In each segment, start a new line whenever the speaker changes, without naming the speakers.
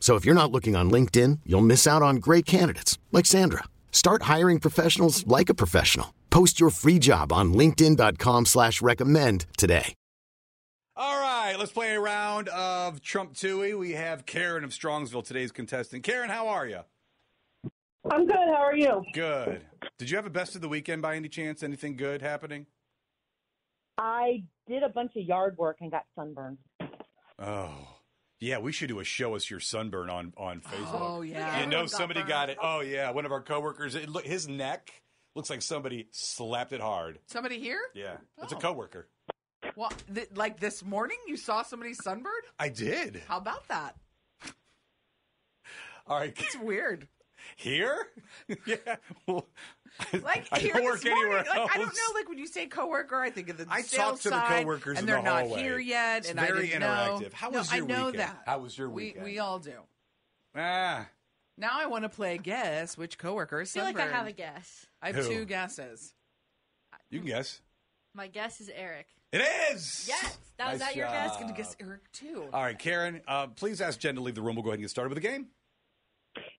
So if you're not looking on LinkedIn, you'll miss out on great candidates like Sandra. Start hiring professionals like a professional. Post your free job on LinkedIn.com slash recommend today.
All right, let's play a round of Trump Tui. We have Karen of Strongsville, today's contestant. Karen, how are you?
I'm good. How are you?
Good. Did you have a best of the weekend by any chance? Anything good happening?
I did a bunch of yard work and got sunburned.
Oh, yeah, we should do a show us your sunburn on on Facebook.
Oh, yeah.
you know
Everyone got
somebody
burned.
got it. Oh yeah, one of our coworkers. It, look, his neck looks like somebody slapped it hard.
Somebody here?
Yeah, it's a
Oh.
coworker.
Well, th- like this morning, you saw somebody sunburned?
I did.
How about that?
All right,
It's weird.
here. yeah, well, I-
Like
I
here
don't
this
work
morning,
anywhere
like, I don't
else.
know. Like when you say coworker, I think of the
I talked
sales
to the
side,
coworkers
and
in the
they're not
hallway.
here yet.
It's
and
very
I didn't know.
interactive. How
No,
was your
I know
weekend?
that.
How was your
We-
weekend?
We, all do.
ah,
Now I want to play guess which coworker is
I feel like I have a
sunburned.
guess.
I have
Who?
two guesses.
you can guess.
My guess is Eric.
It is.
Yes, that was
Nice
that your
job.
guess?
I was gonna guess Eric too.
Uh, All right, Karen. Uh, please ask Jen to leave the room. We'll go ahead and get started with the game.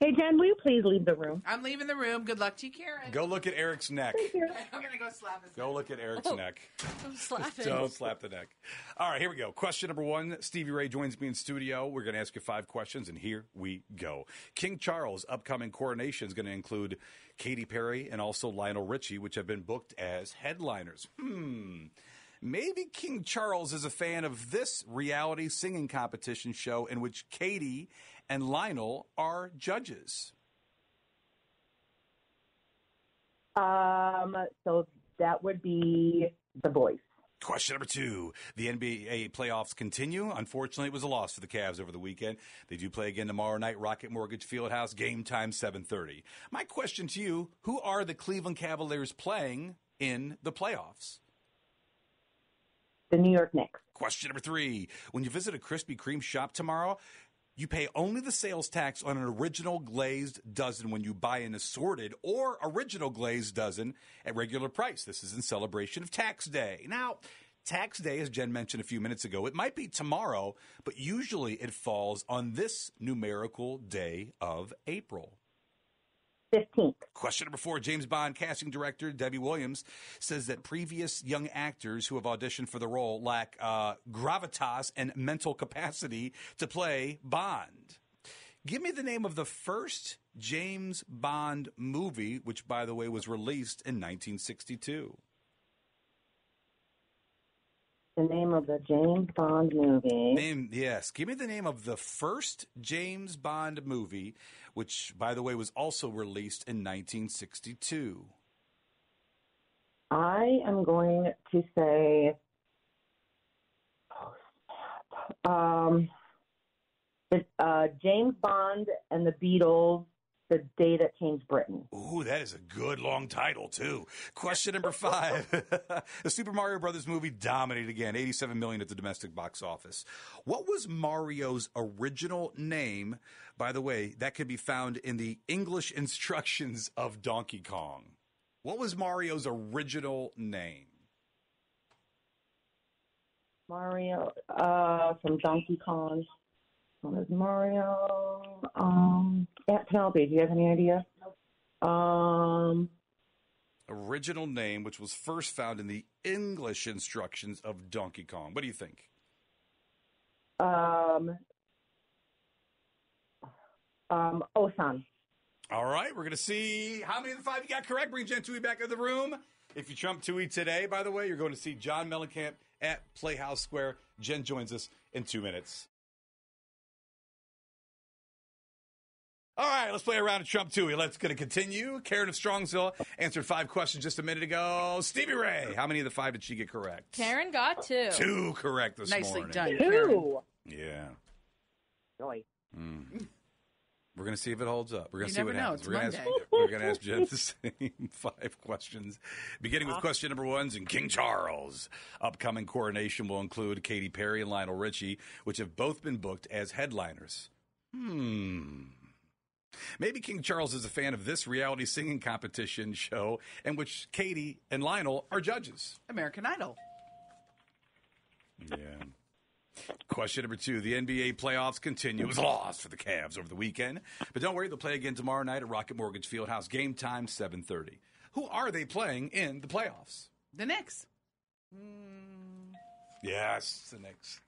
Hey, Jen, will you please leave the room?
I'm leaving the room. Good luck to you, Karen.
Go look at Eric's neck.
I'm gonna go slap his.
Go look at Eric's
Oh.
neck.
I'm slapping.
Don't slap the neck. All right, here we go. Question number one. Stevie Ray joins me in studio. We're going to ask you five questions, and here we go. King Charles' upcoming coronation is going to include Katy Perry and also Lionel Richie, which have been booked as headliners. Hmm. Maybe King Charles is a fan of this reality singing competition show in which Katy and Lionel are judges.
Um, so that would be The Voice.
Question number two. The NBA playoffs continue. Unfortunately, it was a loss for the Cavs over the weekend. They do play again tomorrow night, Rocket Mortgage Fieldhouse, game time 7.30. My question to you, who are the Cleveland Cavaliers playing in the playoffs?
The New York Knicks.
Question number three. When you visit a Krispy Kreme shop tomorrow, you pay only the sales tax on an original glazed dozen when you buy an assorted or original glazed dozen at regular price. This is in celebration of tax day. Now, tax day, as Jen mentioned a few minutes ago, it might be tomorrow, but usually it falls on this numerical day of April.
15th.
Question number four James Bond casting director Debbie Williams says that previous young actors who have auditioned for the role lack uh, gravitas and mental capacity to play Bond. Give me the name of the first James Bond movie, which, by the way, was released in 1962.
The name of the James Bond movie.
Name, yes. Give me the name of the first James Bond movie, which, by the way, was also released in 1962.
I am going to say um, the, uh, James Bond and the Beatles, The Day That Changed Britain.
Ooh, that is a good long title too. Question number five: The Super Mario Brothers movie dominated again, eighty-seven million at the domestic box office. What was Mario's original name? By the way, that could be found in the English instructions of Donkey Kong. What was Mario's original name?
Mario uh, from Donkey Kong. What is Mario? Um, Aunt Penelope, do you have any idea? Um,
Original name, which was first found in the English instructions of Donkey Kong. What do you think?
um, um, Osan.
All right, we're going to see how many of the five you got correct. Bring Jen Tui back in the room. If you trump Tui today, by the way, you're going to see John Mellencamp at Playhouse Square. Jen joins us in two minutes. All right, let's play a round of Trump Tui. Let's going to continue. Karen of Strongsville answered five questions just a minute ago. Stevie Ray, how many of the five did she get correct?
Karen got two.
Two correct this
Nicely
morning.
done. Karen.
Two.
Yeah.
Really?
Mm. We're gonna see if it holds up. We're gonna
You
see
never
what
know.
happens.
It's
we're, gonna ask,
Monday.
we're gonna ask Jen the same five questions, beginning
Ah.
with question number one's in King Charles. Upcoming coronation will include Katy Perry and Lionel Richie, which have both been booked as headliners. Hmm. Maybe King Charles is a fan of this reality singing competition show, in which Katy and Lionel are judges.
American Idol.
Yeah. Question number two. The NBA playoffs continue. It was a loss for the Cavs over the weekend. But don't worry, they'll play again tomorrow night at Rocket Mortgage Fieldhouse. Game time, 7.30. Who are they playing in the playoffs?
The Knicks.
Yes, the Knicks.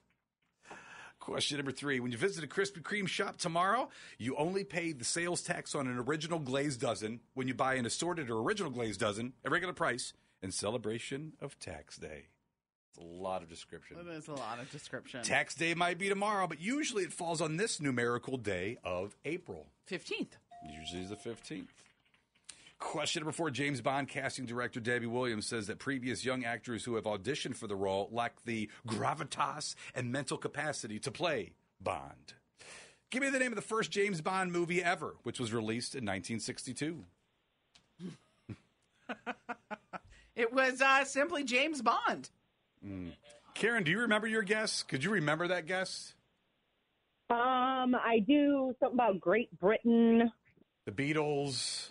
Question number three. When you visit a Krispy Kreme shop tomorrow, you only pay the sales tax on an original glazed dozen when you buy an assorted or original glazed dozen at regular price in celebration of tax day. It's a lot of description.
There's a lot of description.
Tax day might be tomorrow, but usually it falls on this numerical day of April.
Fifteenth.
Usually is the 15th. Question number four James Bond casting director Debbie Williams says that previous young actors who have auditioned for the role lack the gravitas and mental capacity to play Bond. Give me the name of the first James Bond movie ever, which was released in 1962.
It was uh, simply James Bond.
Karen, do you remember your guess? Could you remember that guess?
Um, I do something about Great Britain,
The Beatles.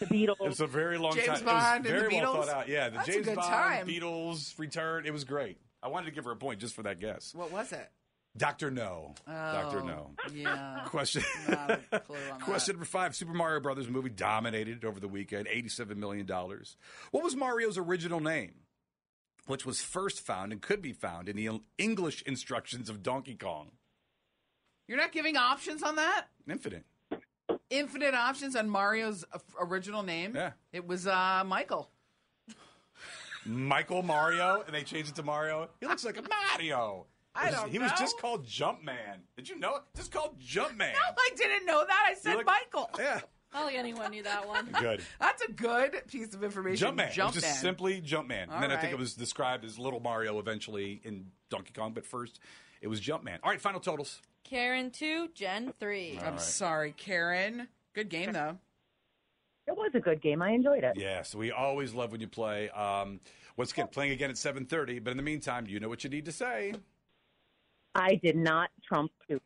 the Beatles.
It was a very long
James
time.
Bond
it was
and the
very well
Beatles?
thought out. Yeah, the
That's a
James
good
Bond
time.
Beatles return. It was great. I wanted to give her a point just for that guess.
What was it?
Doctor No. Doctor
Oh,
No.
Yeah.
Question.
Not a clue on that.
Question number five: Super Mario Brothers movie dominated over the weekend, eighty-seven million dollars. What was Mario's original name, which was first found and could be found in the English instructions of Donkey Kong?
You're not giving options on that?
Infinite.
Infinite options on Mario's uh, original name?
Yeah.
It was uh, Michael.
Michael Mario, and they changed it to Mario. He looks like a Mario.
I don't
He was
know.
just called Jumpman. Did you know it? Just called Jumpman.
No, I didn't know that. I said
You're like-
Michael.
Yeah,
Hardly anyone knew that one.
good.
That's a good piece of information.
Jumpman. It was just
Jumpman.
simply Jumpman.
All
and then I think it
right.
was described as Little Mario eventually in Donkey Kong, but first it was Jumpman. All right, final totals.
Karen two, Jen three.
I'm sorry, Karen. Good game, though.
It was a good game. I enjoyed it.
Yes, we always love when you play. Um, once again, playing again at 7.30, but in the meantime, you know what you need to say.
I did not trump two.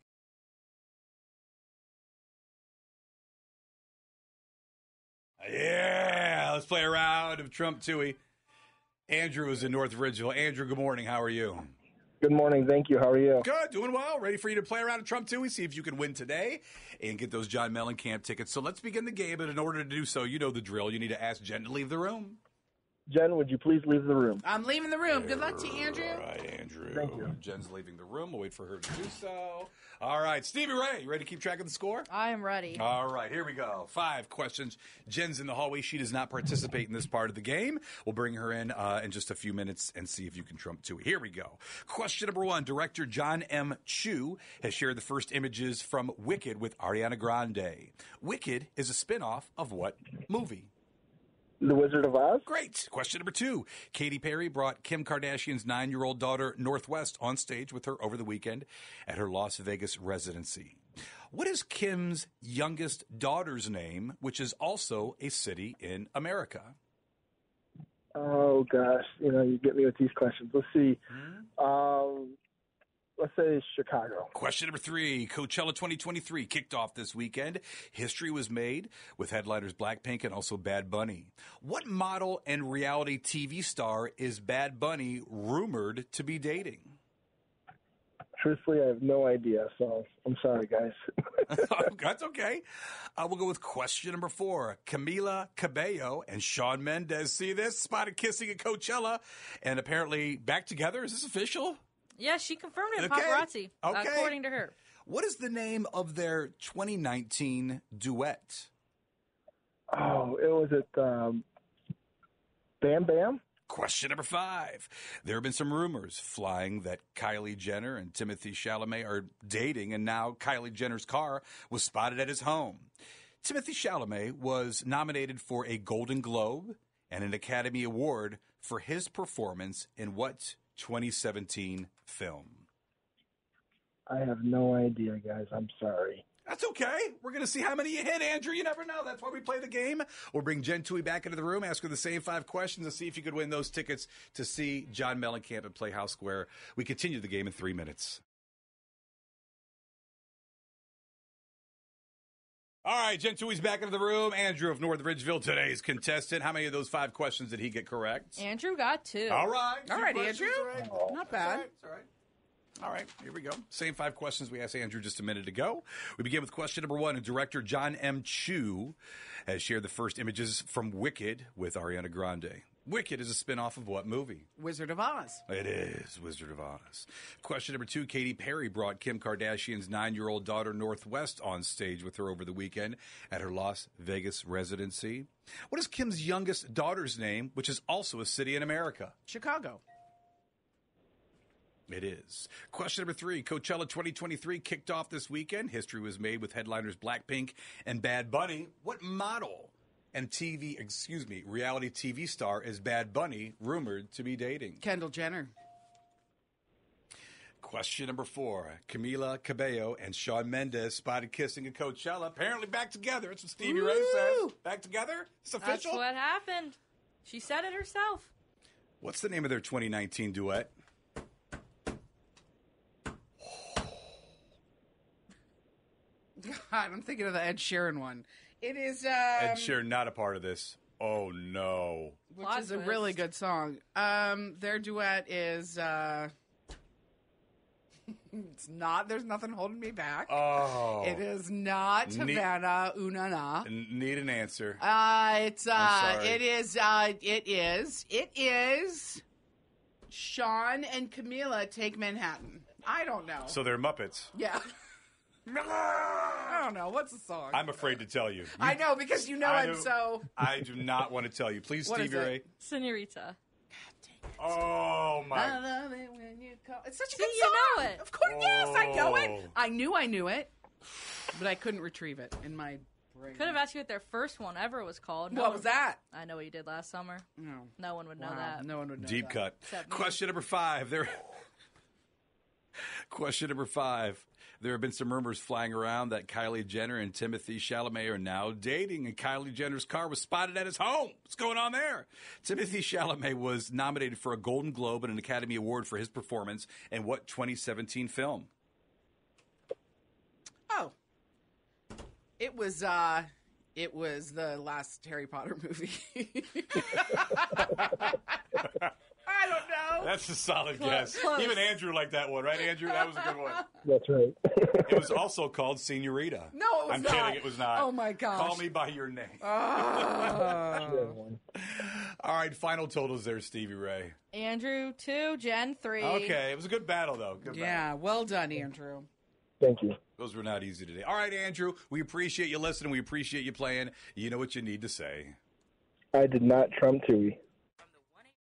Yeah, let's play a round of Trump Tui. Andrew is in North Ridgeville. Andrew, good morning. How are you?
Good morning. Thank you. How are you?
Good, doing well. Ready for you to play around at Trump too. We see if you can win today and get those John Mellencamp tickets. So let's begin the game. And in order to do so, you know the drill. You need to ask Jen to leave the room.
Jen, would you please leave the room?
I'm leaving the room. Good luck to you, Andrew.
All right, Andrew.
Thank you.
Jen's leaving the room. We'll wait for her to do so. All right, Stevie Ray, you ready to keep track of the score?
I am ready.
All right, here we go. Five questions. Jen's in the hallway. She does not participate in this part of the game. We'll bring her in uh, in just a few minutes and see if you can trump two. Here we go. Question number one Director John M. Chu has shared the first images from Wicked with Ariana Grande. Wicked is a spin off of what movie?
The Wizard of Oz?
Great. Question number two. Katy Perry brought Kim Kardashian's nine year old daughter, Northwest, on stage with her over the weekend at her Las Vegas residency. What is Kim's youngest daughter's name, which is also a city in America?
Oh, gosh. You know, you get me with these questions. Let's see. Um, let's say Chicago.
Question number three Coachella 2023 kicked off this weekend. History was made with headliners Blackpink and also Bad Bunny. What model and reality TV star is Bad Bunny rumored to be dating?
Truthfully, I have no idea, so I'm sorry, guys.
That's okay. I will go with question number four. Camila Cabello and Sean Mendez. See this? Spotted kissing at Coachella and apparently back together. Is this official?
Yeah, she confirmed it.
Okay.
Paparazzi,
Okay.
according to her.
What is the name of their 2019 duet?
Oh, it was at um, Bam Bam.
Question number five. There have been some rumors flying that Kylie Jenner and Timothy Chalamet are dating, and now Kylie Jenner's car was spotted at his home. Timothy Chalamet was nominated for a Golden Globe and an Academy Award for his performance in what 2017 film?
I have no idea, guys. I'm sorry.
That's okay. We're going to see how many you hit, Andrew. You never know. That's why we play the game. We'll bring Jen Tui back into the room, ask her the same five questions, and see if you could win those tickets to see John Mellencamp at Playhouse Square. We continue the game in three minutes. All right, Jen Tui's back into the room. Andrew of North Ridgeville, today's contestant. How many of those five questions did he get correct?
Andrew got two.
All right.
All
two
right,
questions,
Andrew.
all right. All
Not bad.
right, it's all right. All right, here we go. Same five questions we asked Andrew just a minute ago. We begin with question number one. And director John M. Chu has shared the first images from Wicked with Ariana Grande. Wicked is a spin-off of what movie?
Wizard of Oz.
It is Wizard of Oz. Question number two Katy Perry brought Kim Kardashian's nine year old daughter Northwest on stage with her over the weekend at her Las Vegas residency. What is Kim's youngest daughter's name, which is also a city in America?
Chicago.
It is. Question number three Coachella 2023 kicked off this weekend. History was made with headliners Blackpink and Bad Bunny. What model and TV, excuse me, reality TV star is Bad Bunny rumored to be dating?
Kendall Jenner.
Question number four Camila Cabello and Sean Mendez spotted kissing at Coachella. Apparently back together. That's what Stevie Ray says. Back together? It's
That's
official.
what happened. She said it herself.
What's the name of their 2019 duet?
God, I'm thinking of the Ed Sheeran one. It is um,
Ed Sheeran, not a part of this. Oh, no.
which
Plot
is a really
twist.
good song. Um, their duet is uh, it's not. There's nothing holding me back.
Oh.
It is not
Ne-
Havana Unana.
N- Need an answer.
Uh, it's
I'm
uh,
sorry.
it is uh, it is it is Sean and Camila take Manhattan. I don't know.
So they're Muppets.
yeah, I don't know. What's the song?
I'm afraid to tell you. You-
I know because you know
I
I'm
do-
so.
I do not want to tell you. Please,
What is
Stevie
it?
Ray.
Senorita.
Oh,
I
my.
love it when you call. It's such a
See,
good
you
song.
know it.
Of course, yes, I know it.
Oh.
I knew I knew it, but I couldn't retrieve it in my brain.
Could have asked you what their first one ever was called. No
What
one-
was that?
I know what you did last summer.
No.
No one would know
Wow.
that.
No one would know.
Deep
that.
cut.
Except me.
Question number five. There. Question number five. There have been some rumors flying around that Kylie Jenner and Timothy Chalamet are now dating, and Kylie Jenner's car was spotted at his home. What's going on there? Timothy Chalamet was nominated for a Golden Globe and an Academy Award for his performance in what 2017 film?
Oh, it was. uh It was the last Harry Potter movie. I don't know.
That's a solid guess.
close.
Even Andrew liked that one, right, Andrew? That was a good one.
That's right.
It was also called Senorita.
No, it was
I'm
not.
kidding. It was not.
Oh, my gosh. Uh.
Call me by your name.
Ah.
All right, final totals there, Stevie Ray.
Andrew two, Jen three.
Okay, it was a good battle though. Good battle.
yeah, well done, Andrew.
Thank you.
Those were not easy today. All right, Andrew, we appreciate you listening. We appreciate you playing. You know what you need to say.
I did not trump Tui.